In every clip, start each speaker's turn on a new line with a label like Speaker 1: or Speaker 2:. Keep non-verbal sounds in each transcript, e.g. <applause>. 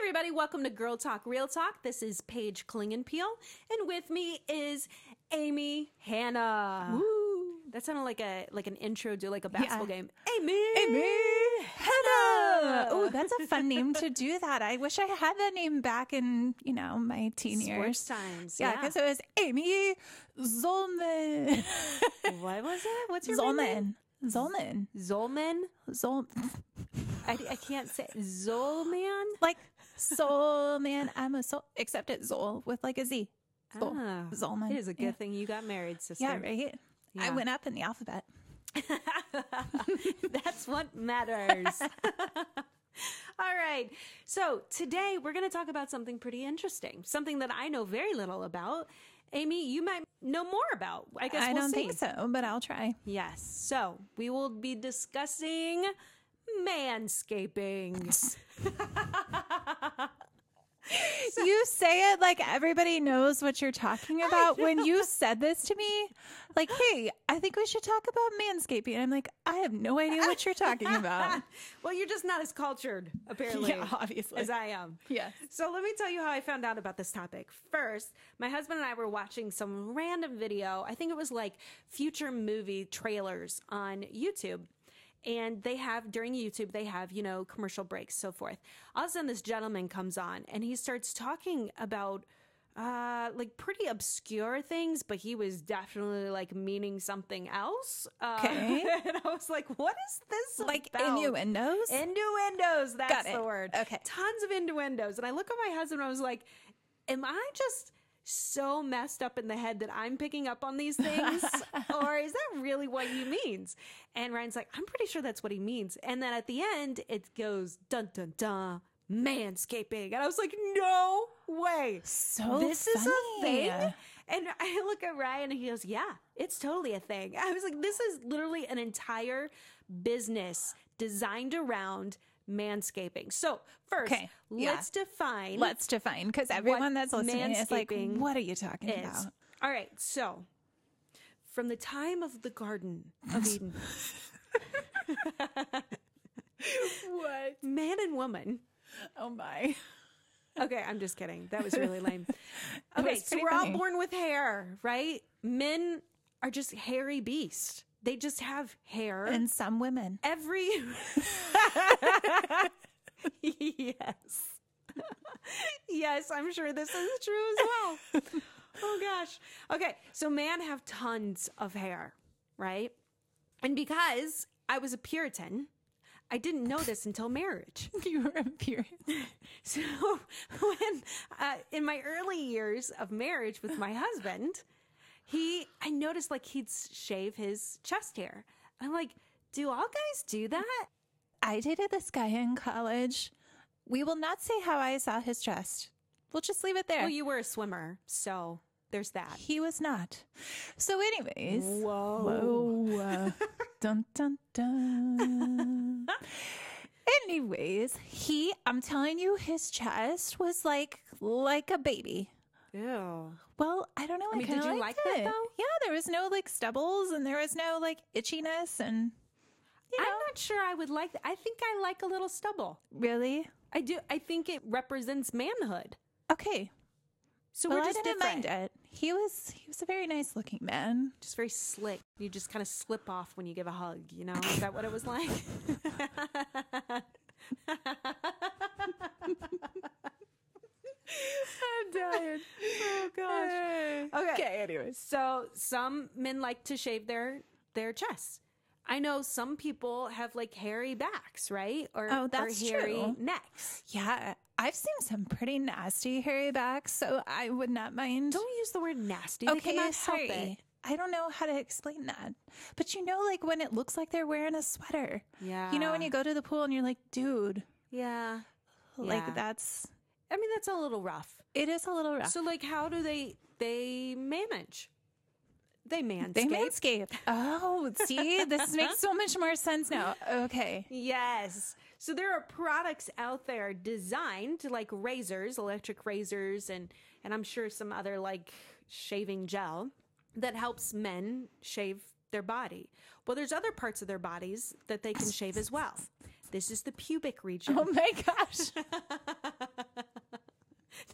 Speaker 1: everybody. Welcome to Girl Talk Real Talk. This is Paige Klingenpeel, and with me is Amy Hannah. Woo. That sounded like a like an intro to like a basketball
Speaker 2: Yeah.
Speaker 1: game. Amy,
Speaker 2: Hannah. Oh, that's a fun name to do that. I wish I had that name back in you know my teen
Speaker 1: Sports
Speaker 2: years.
Speaker 1: times.
Speaker 2: Yeah,
Speaker 1: Yeah.
Speaker 2: because it was Amy Zolman.
Speaker 1: what was it? What's your middle name?
Speaker 2: Zolman. Zolman.
Speaker 1: Zolman.
Speaker 2: Zol.
Speaker 1: I, I can't <laughs> say Zolman.
Speaker 2: Like soul man, I'm a soul. Except it's Zol with like a Z. Zol.
Speaker 1: Ah,
Speaker 2: Zolman.
Speaker 1: It is a good
Speaker 2: Yeah.
Speaker 1: thing you got married, sister.
Speaker 2: Yeah, right. I
Speaker 1: Yeah.
Speaker 2: went up in the alphabet.
Speaker 1: <laughs> That's what matters. <laughs> All right. So today we're going to talk about something pretty interesting, something that I know very little about. Amy, you might know more about. I guess
Speaker 2: I
Speaker 1: we'll
Speaker 2: don't
Speaker 1: see.
Speaker 2: think so, but I'll try.
Speaker 1: Yes. So we will be discussing manscaping.
Speaker 2: you say it like everybody knows what you're talking about. When you said this to me, like, hey, I think we should talk about manscaping. I'm like, I have no idea what you're talking <laughs>
Speaker 1: <laughs>
Speaker 2: about.
Speaker 1: well, you're just not as cultured, apparently.
Speaker 2: Yeah, obviously.
Speaker 1: As I am.
Speaker 2: Yes.
Speaker 1: So let me tell you how I found out about this topic. First, my husband and I were watching some random video. I think it was like future movie trailers on YouTube. And they have during YouTube, they have, you know, commercial breaks, so forth. All of a sudden, this gentleman comes on and he starts talking about uh like pretty obscure things but he was definitely like meaning something else uh,
Speaker 2: Okay.
Speaker 1: <laughs> and i was like what is this
Speaker 2: Like
Speaker 1: about?
Speaker 2: innuendos?
Speaker 1: Innuendos. That's
Speaker 2: Got it.
Speaker 1: the word.
Speaker 2: Okay.
Speaker 1: Tons of innuendos. And I look at my husband and I was like, am I just so messed up in the head that I'm picking up on these
Speaker 2: <laughs>
Speaker 1: things? or is that really what he means? And Ryan's like, I'm pretty sure that's what he means. And then at the end, it goes dun dun dun. Manscaping. And I was like, no way.
Speaker 2: So
Speaker 1: this
Speaker 2: funny.
Speaker 1: is a thing. And I look at Ryan and he goes, Yeah, it's totally a thing. I was like, This is literally an entire business designed around manscaping. So, first,
Speaker 2: Okay, yeah.
Speaker 1: let's define
Speaker 2: Let's define because everyone that's listening is like,
Speaker 1: manscaping
Speaker 2: what are you talking
Speaker 1: is.
Speaker 2: about?
Speaker 1: All right. So, from the time of the Garden
Speaker 2: <laughs>
Speaker 1: of Eden,
Speaker 2: What?
Speaker 1: man and woman. <laughs>
Speaker 2: Oh my.
Speaker 1: Okay, I'm just kidding. That was really
Speaker 2: <laughs>
Speaker 1: lame. Okay,
Speaker 2: was
Speaker 1: so
Speaker 2: pretty
Speaker 1: we're all
Speaker 2: funny.
Speaker 1: born with hair, right? Men are just hairy beasts. They just have hair.
Speaker 2: And some women.
Speaker 1: every <laughs> yes <laughs> yes i'm sure this is true as well
Speaker 2: <laughs>
Speaker 1: oh gosh okay so man have tons of hair right and because i was a puritan i didn't know this until marriage
Speaker 2: You were imperious.
Speaker 1: so <laughs> when uh, in my early years of marriage with my husband, he I noticed like he'd s- shave his chest hair. I'm like, do all guys do that?
Speaker 2: I dated this guy in college. We will not say how I saw his chest. We'll just leave it there.
Speaker 1: Well, you were a swimmer, so there's that.
Speaker 2: He was not. So, anyways.
Speaker 1: Whoa. <laughs>
Speaker 2: Whoa. dun, dun, dun. anyways, he, I'm telling you, his chest was like, like a baby.
Speaker 1: Ew.
Speaker 2: Well, I don't know. I,
Speaker 1: mean,
Speaker 2: kinda
Speaker 1: did you
Speaker 2: liked
Speaker 1: like that,
Speaker 2: it.
Speaker 1: though?
Speaker 2: Yeah, there was no like stubbles and there was no like itchiness and you know,
Speaker 1: I'm not sure I would like that. I think I like a little stubble.
Speaker 2: really
Speaker 1: I do. I think it represents manhood.
Speaker 2: okay.
Speaker 1: So
Speaker 2: well,
Speaker 1: we're
Speaker 2: I
Speaker 1: just
Speaker 2: didn't
Speaker 1: different.
Speaker 2: mind it. He was he was a very nice looking man.
Speaker 1: Just very slick. You just kind of slip off when you give a hug. You know, is that what it was <laughs> like?
Speaker 2: I'm dying.
Speaker 1: oh gosh.
Speaker 2: okay. Anyways,
Speaker 1: So some men like to shave their their chests. I know some people have like hairy backs, right? Or
Speaker 2: Oh, that's
Speaker 1: or hairy
Speaker 2: true.
Speaker 1: necks.
Speaker 2: yeah, I've seen some pretty nasty hairy backs, so I would not mind.
Speaker 1: Don't use the word nasty. They
Speaker 2: okay,
Speaker 1: cannot
Speaker 2: sorry.
Speaker 1: help it.
Speaker 2: I don't know how to explain that, but you know, like when it looks like they're wearing a sweater. You know, when
Speaker 1: Yeah.
Speaker 2: you go to the pool and you're like, dude,
Speaker 1: Yeah. Yeah.
Speaker 2: like that's
Speaker 1: I mean that's a little rough.
Speaker 2: it is a little rough.
Speaker 1: So like how do they they manage? They manscape.
Speaker 2: they manscape. Oh,
Speaker 1: <laughs>
Speaker 2: see, this makes so much more sense now. Okay.
Speaker 1: Yes. So there are products out there designed like razors, electric razors, and and I'm sure some other like shaving gel that helps men shave their body. Well, there's other parts of their bodies <laughs> that they can shave as well. This is the pubic region.
Speaker 2: Oh my gosh.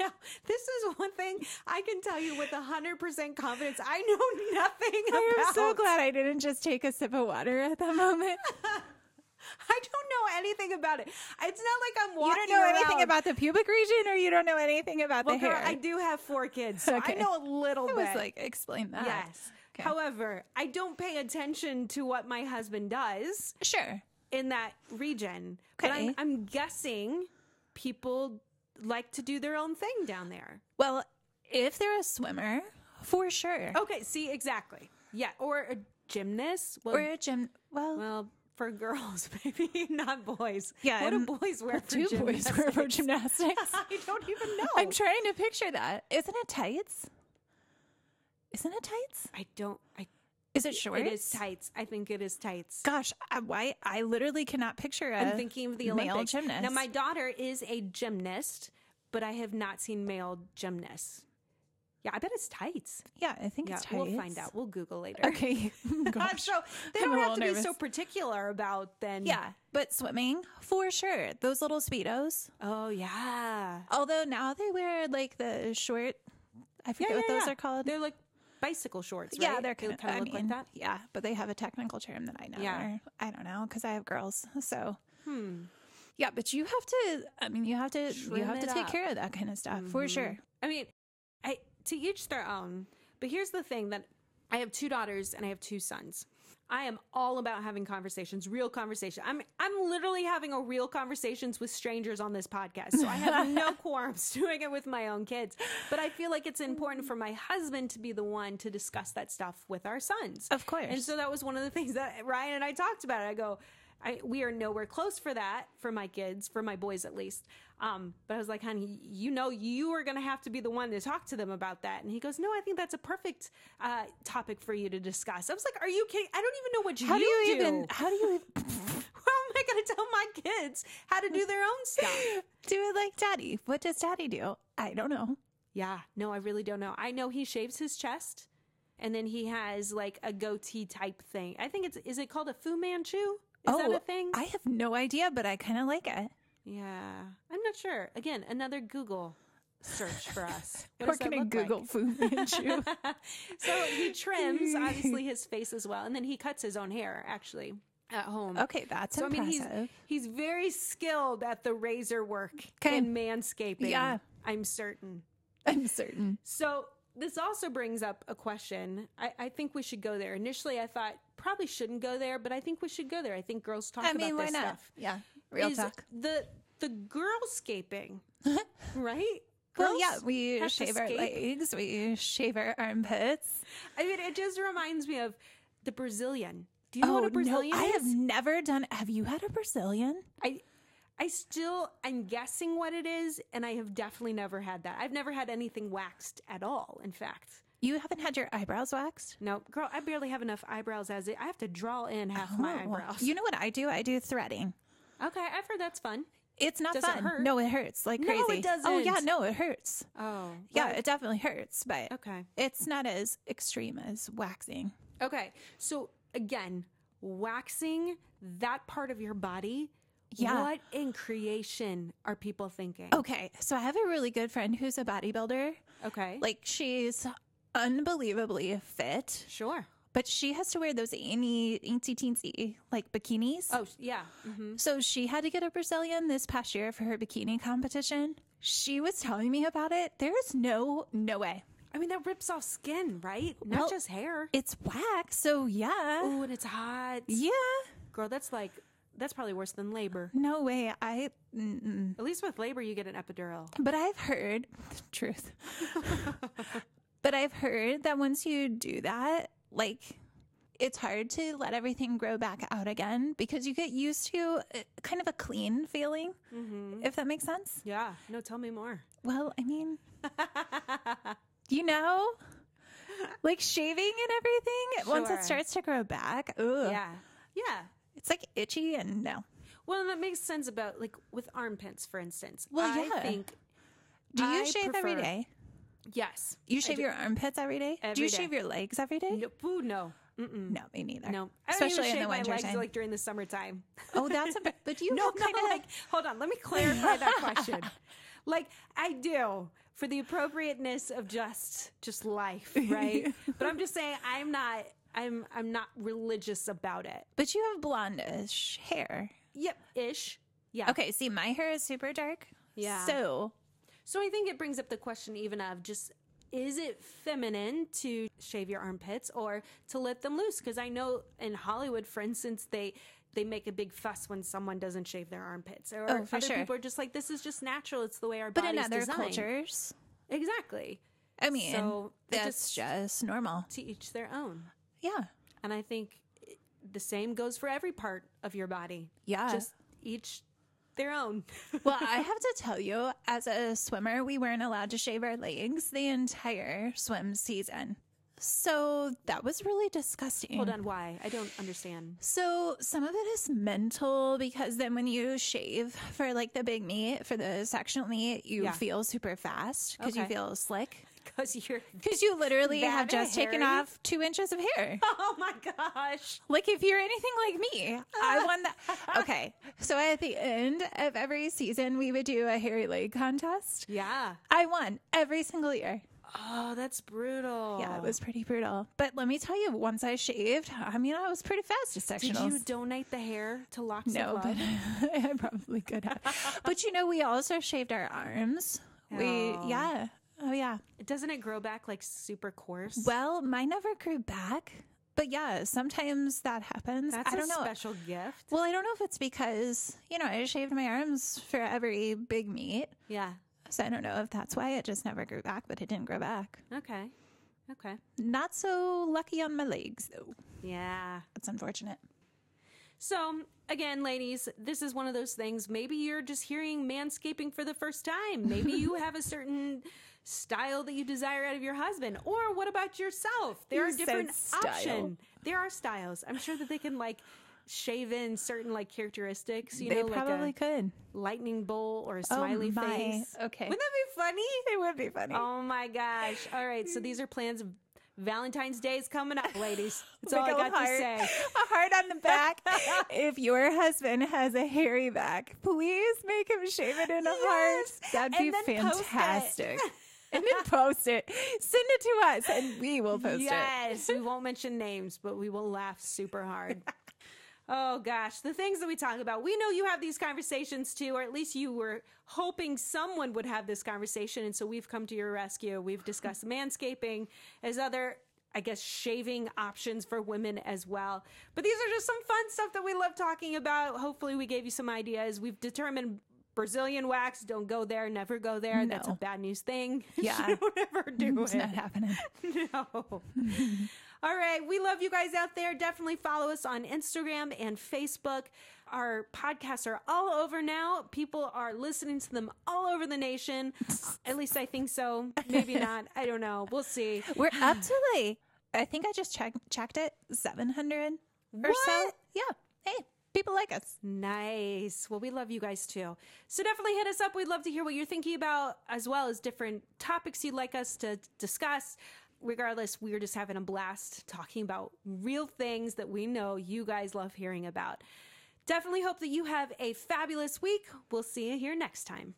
Speaker 1: know. This is one thing I can tell you with 100% confidence. I know <laughs> nothing
Speaker 2: I
Speaker 1: about.
Speaker 2: am so glad I didn't just take a sip of water at that
Speaker 1: <laughs>
Speaker 2: moment.
Speaker 1: I don't know anything about it. It's not like I'm
Speaker 2: you
Speaker 1: walking
Speaker 2: don't know anything
Speaker 1: around-
Speaker 2: about the pubic region, or you don't know anything about
Speaker 1: Well,
Speaker 2: the
Speaker 1: girl,
Speaker 2: hair.
Speaker 1: I do have four kids,
Speaker 2: <laughs>
Speaker 1: so
Speaker 2: Okay.
Speaker 1: I know a little
Speaker 2: I
Speaker 1: bit.
Speaker 2: was like, explain that.
Speaker 1: yes.
Speaker 2: Okay.
Speaker 1: However, I don't pay attention to what my husband does
Speaker 2: sure.
Speaker 1: in that region. But I'm,
Speaker 2: Okay.
Speaker 1: I'm guessing people like to do their own thing down there.
Speaker 2: Well, if they're a swimmer, for sure,
Speaker 1: Okay, see, exactly. Yeah, or a gymnast. Well,
Speaker 2: or a gym. Well,
Speaker 1: well for girls, <laughs> maybe, not boys.
Speaker 2: Yeah,
Speaker 1: What do
Speaker 2: and
Speaker 1: boys wear for
Speaker 2: <laughs> two boys
Speaker 1: gymnastics? Oh.
Speaker 2: were for gymnastics.
Speaker 1: <laughs> I don't even know.
Speaker 2: I'm trying to picture that. Isn't it tights? Isn't it tights?
Speaker 1: I don't. I,
Speaker 2: Is it shorts?
Speaker 1: it is tights. I think it is tights.
Speaker 2: Gosh, I, why I literally cannot picture it.
Speaker 1: I'm thinking of the
Speaker 2: male
Speaker 1: Olympics. Now,
Speaker 2: gymnast.
Speaker 1: my daughter is a gymnast, but I have not seen male gymnasts. Yeah, I bet it's tights.
Speaker 2: Yeah, I think
Speaker 1: Yeah,
Speaker 2: it's tights.
Speaker 1: we'll find out. We'll Google later. <laughs>
Speaker 2: Okay. <laughs> Gosh.
Speaker 1: so they
Speaker 2: I'm a
Speaker 1: don't have
Speaker 2: little
Speaker 1: to be so
Speaker 2: nervous.
Speaker 1: particular about then.
Speaker 2: Yeah, but swimming for sure. Those little speedos.
Speaker 1: Oh yeah.
Speaker 2: Although now they wear like the short. I forget what those are called.
Speaker 1: They're like bicycle shorts. Right?
Speaker 2: yeah, they're
Speaker 1: They
Speaker 2: kind of.
Speaker 1: kinda
Speaker 2: I
Speaker 1: look
Speaker 2: mean,
Speaker 1: like that.
Speaker 2: Yeah, but they have a technical term that I know.
Speaker 1: Yeah. Hmm.
Speaker 2: or I don't know because I have girls. <laughs> So. Yeah, but you have to. I mean, you have to. you
Speaker 1: Trim
Speaker 2: have to
Speaker 1: it
Speaker 2: take
Speaker 1: up. Mm-hmm.
Speaker 2: care of that kind of stuff for sure.
Speaker 1: I mean, I to each their own. But here's the thing that I have two daughters and I have two sons. I am all about having conversations, real conversation. I'm I'm literally having a real conversations with strangers on this podcast. So I have
Speaker 2: <laughs>
Speaker 1: no qualms doing it with my own kids. But I feel like it's important for my husband to be the one to discuss that stuff with our sons.
Speaker 2: Of course.
Speaker 1: And so that was one of the <laughs> things that Ryan and I talked about. I go, I, we are nowhere close for that for my kids, for my boys at least. Um, but I was like, honey, you know, you are going to have to be the one to talk to them about that. And he goes, no, I think that's a perfect uh, topic for you to discuss. I was like, are you kidding? I don't even know what
Speaker 2: How
Speaker 1: you,
Speaker 2: do
Speaker 1: <laughs>
Speaker 2: you even? How do you even <laughs>
Speaker 1: How am I going to tell my kids how to do their own
Speaker 2: <laughs>
Speaker 1: stuff?
Speaker 2: do it like Daddy? What does Daddy do? I don't know.
Speaker 1: Yeah, no, I really don't know. I know he shaves his chest, and then he has like a goatee type thing. I think it's is it called a Fu Manchu? Is that
Speaker 2: Oh,
Speaker 1: a thing?
Speaker 2: I have no idea, but I kind of like it.
Speaker 1: Yeah, I'm not sure. Again, another Google search for
Speaker 2: <laughs>
Speaker 1: us. What
Speaker 2: We're
Speaker 1: does that
Speaker 2: gonna
Speaker 1: look like?
Speaker 2: Google Fu Manchu.
Speaker 1: <laughs> So he trims obviously his face as well, and then he cuts his own hair actually at home.
Speaker 2: okay, that's
Speaker 1: So I mean,
Speaker 2: impressive.
Speaker 1: he's he's very skilled at the razor work
Speaker 2: Okay.
Speaker 1: and manscaping.
Speaker 2: Yeah.
Speaker 1: I'm certain.
Speaker 2: I'm certain.
Speaker 1: So this also brings up a question. I, I think we should go there. Initially, I thought probably shouldn't go there, but I think we should go there. I think girls talk
Speaker 2: I mean,
Speaker 1: about
Speaker 2: why
Speaker 1: this
Speaker 2: not?
Speaker 1: stuff.
Speaker 2: Yeah, real
Speaker 1: Is
Speaker 2: talk.
Speaker 1: The the
Speaker 2: <laughs>
Speaker 1: girlscaping, right?
Speaker 2: Well,
Speaker 1: Girls
Speaker 2: yeah, we
Speaker 1: have to
Speaker 2: shave our
Speaker 1: scape.
Speaker 2: legs, we shave our armpits.
Speaker 1: I mean, it just reminds me of the Brazilian. Do you know what a
Speaker 2: Oh, no,
Speaker 1: Brazilian
Speaker 2: I
Speaker 1: is?
Speaker 2: have never done. Have you had a Brazilian?
Speaker 1: I I still I'm guessing what it is, and I have definitely never had that. I've never had anything waxed at all. In fact,
Speaker 2: You haven't had your eyebrows waxed?
Speaker 1: no, girl, I barely have enough eyebrows as it. I have to draw in half my
Speaker 2: Oh,
Speaker 1: eyebrows.
Speaker 2: You know what I do? I do threading.
Speaker 1: okay, I've heard that's fun.
Speaker 2: It's not
Speaker 1: Does it
Speaker 2: fun.
Speaker 1: hurt?
Speaker 2: No, it hurts like
Speaker 1: No,
Speaker 2: crazy.
Speaker 1: it
Speaker 2: Oh yeah,
Speaker 1: doesn't.
Speaker 2: no, it hurts.
Speaker 1: Oh,
Speaker 2: Yeah, it definitely hurts, but
Speaker 1: Okay.
Speaker 2: it's not as extreme as waxing.
Speaker 1: Okay. So again, waxing that part of your body.
Speaker 2: Yeah. Oh,
Speaker 1: What in creation are people thinking?
Speaker 2: Okay, so I have a really good friend who's a bodybuilder.
Speaker 1: Okay.
Speaker 2: Like she's unbelievably fit,
Speaker 1: sure.
Speaker 2: but she has to wear those any teensy teensy like bikinis.
Speaker 1: Oh sh- yeah. hmm
Speaker 2: So she had to get a Brazilian this past year for her bikini competition. She was telling me about it. There is no no way.
Speaker 1: I mean that rips off skin, right? Not
Speaker 2: Well,
Speaker 1: just hair.
Speaker 2: It's wax, so yeah.
Speaker 1: Oh, and it's hot.
Speaker 2: Yeah.
Speaker 1: Girl, that's like that's probably worse than labor.
Speaker 2: No way. I mm-mm.
Speaker 1: At least with labor you get an epidural.
Speaker 2: But I've heard <laughs> truth. but I've heard that once you do that, like it's hard to let everything grow back out again because you get used to uh, kind of a clean feeling, if that makes sense.
Speaker 1: Yeah. No, tell me more.
Speaker 2: Well, I
Speaker 1: <laughs>
Speaker 2: mean, you know, like shaving and everything, once
Speaker 1: Sure.
Speaker 2: it starts to grow back, ugh,
Speaker 1: Yeah. Yeah.
Speaker 2: it's like itchy and no.
Speaker 1: Well, and that makes sense about like with armpits, for instance.
Speaker 2: Well,
Speaker 1: I
Speaker 2: yeah.
Speaker 1: think
Speaker 2: Do you
Speaker 1: I
Speaker 2: shave every
Speaker 1: prefer-
Speaker 2: day?
Speaker 1: yes.
Speaker 2: You shave your armpits every day? do
Speaker 1: Every
Speaker 2: you
Speaker 1: day.
Speaker 2: shave your legs every day?
Speaker 1: No, boo, no. Mm-mm.
Speaker 2: No, me neither.
Speaker 1: No, I don't even
Speaker 2: especially in
Speaker 1: shave
Speaker 2: the
Speaker 1: my
Speaker 2: winter
Speaker 1: legs
Speaker 2: time.
Speaker 1: like during the
Speaker 2: <laughs>
Speaker 1: summertime. <laughs>
Speaker 2: oh, that's a bit. But you
Speaker 1: no,
Speaker 2: have
Speaker 1: kind
Speaker 2: kind of <laughs>
Speaker 1: like. Hold on, let me clarify that question. Like I do, for the appropriateness of just just life,
Speaker 2: <laughs>
Speaker 1: right? but I'm just saying I'm not I'm I'm not religious about it.
Speaker 2: But you have blondish hair.
Speaker 1: Yep, ish. Yeah.
Speaker 2: Okay, see, my hair is super dark.
Speaker 1: Yeah.
Speaker 2: So
Speaker 1: So I think it brings up the question even of just is it feminine to shave your armpits or to let them loose? Because I know in Hollywood, for instance, they they make a big fuss when someone doesn't shave their armpits, or
Speaker 2: Oh, for
Speaker 1: other
Speaker 2: sure.
Speaker 1: people are just like, "This is just natural. It's the way our
Speaker 2: But
Speaker 1: bodies
Speaker 2: in other
Speaker 1: designed."
Speaker 2: cultures,
Speaker 1: exactly.
Speaker 2: I mean,
Speaker 1: So, it
Speaker 2: that's just,
Speaker 1: just-
Speaker 2: normal.
Speaker 1: To each their own,
Speaker 2: Yeah.
Speaker 1: and I think it- the same goes for every part of your body.
Speaker 2: Yeah.
Speaker 1: just each their own.
Speaker 2: well, I have to tell you, as a swimmer, we weren't allowed to shave our legs the entire swim season. So that was really
Speaker 1: <laughs>
Speaker 2: disgusting.
Speaker 1: Hold on, why? I don't understand. <laughs>
Speaker 2: So some of it is mental because then when you shave for like the big meet, for the sectional meet, you
Speaker 1: Yeah.
Speaker 2: feel super fast because you
Speaker 1: Okay.
Speaker 2: feel slick.
Speaker 1: Because you're. <laughs>
Speaker 2: Because you literally
Speaker 1: That
Speaker 2: have
Speaker 1: and
Speaker 2: just taken
Speaker 1: hairy.
Speaker 2: off two inches of hair.
Speaker 1: Oh my gosh.
Speaker 2: Like if you're anything like me,
Speaker 1: <laughs>
Speaker 2: I won that. Okay, so at the end of every season, we would do a hairy leg contest.
Speaker 1: Yeah.
Speaker 2: I won every single year.
Speaker 1: Oh, that's brutal.
Speaker 2: Yeah, it was pretty brutal. But let me tell you, once I shaved, I mean, I was pretty fast at
Speaker 1: Did
Speaker 2: sectionals.
Speaker 1: you donate the hair to Locks
Speaker 2: no,
Speaker 1: of
Speaker 2: but <laughs>
Speaker 1: Love?
Speaker 2: I probably
Speaker 1: <laughs>
Speaker 2: could have. but you know, we also shaved our arms.
Speaker 1: Oh.
Speaker 2: We yeah, oh yeah.
Speaker 1: <laughs> Doesn't it grow back like super coarse?
Speaker 2: Well, mine never grew back. But yeah, sometimes that happens.
Speaker 1: that's
Speaker 2: I don't
Speaker 1: a
Speaker 2: know.
Speaker 1: special gift.
Speaker 2: Well, I don't know if it's because, you know, I shaved my arms for every big meet.
Speaker 1: Yeah.
Speaker 2: So I don't know if that's why it just never grew back, but it didn't grow back.
Speaker 1: Okay. Okay.
Speaker 2: Not so lucky on my legs, though.
Speaker 1: Yeah.
Speaker 2: That's unfortunate.
Speaker 1: So, again, ladies, this is one of those things. Maybe you're just hearing manscaping for the first time. Maybe
Speaker 2: <laughs>
Speaker 1: you have a certain style that you desire out of your husband. Or what about yourself? There
Speaker 2: You
Speaker 1: are
Speaker 2: said
Speaker 1: different
Speaker 2: style.
Speaker 1: options. There are styles. I'm sure that they can like shave in certain like characteristics, you
Speaker 2: they
Speaker 1: know, like
Speaker 2: probably
Speaker 1: a
Speaker 2: could.
Speaker 1: lightning bolt or a smiley
Speaker 2: Oh my.
Speaker 1: face.
Speaker 2: Okay.
Speaker 1: Wouldn't that be funny?
Speaker 2: It would be funny.
Speaker 1: Oh my gosh. All right. So these are plans. Valentine's Day is coming up, ladies. That's all
Speaker 2: Make
Speaker 1: I
Speaker 2: a
Speaker 1: got to
Speaker 2: heart-
Speaker 1: say.
Speaker 2: <laughs> A heart on the back. <laughs> if your husband has a hairy back, please make him shave it in a
Speaker 1: Yes.
Speaker 2: heart. That'd be
Speaker 1: And then post it.
Speaker 2: fantastic. <laughs> and then post it. Send it to us and we will post it.
Speaker 1: Yes, we won't mention names, but we will laugh super
Speaker 2: <laughs>
Speaker 1: hard. Oh gosh, the things that we talk about. We know you have these conversations too, or at least you were hoping someone would have this conversation. And so we've come to your rescue. We've discussed manscaping as other, I guess, shaving options for women as well. But these are just some fun stuff that we love talking about. Hopefully, we gave you some ideas. We've determined Brazilian wax, don't go there, never go there. That's a
Speaker 2: No.
Speaker 1: bad news thing. <laughs>
Speaker 2: Yeah.
Speaker 1: don't ever do
Speaker 2: <laughs> It's
Speaker 1: it
Speaker 2: not happening.
Speaker 1: no. <laughs> All right. We love you guys out there. Definitely follow us on Instagram and Facebook. Our podcasts are all over now. People are listening to them all over the nation. At least I think so. Maybe not. I don't know. We'll see.
Speaker 2: We're up to like I think I just checked checked it seven hundred or so.
Speaker 1: What?
Speaker 2: Yeah. Hey, people like us.
Speaker 1: Nice. Well, we love you guys too. So definitely hit us up. We'd love to hear what you're thinking about, as well as different topics you'd like us to discuss. Regardless, we're just having a blast talking about real things that we know you guys love hearing about. Definitely hope that you have a fabulous week. We'll see you here next time.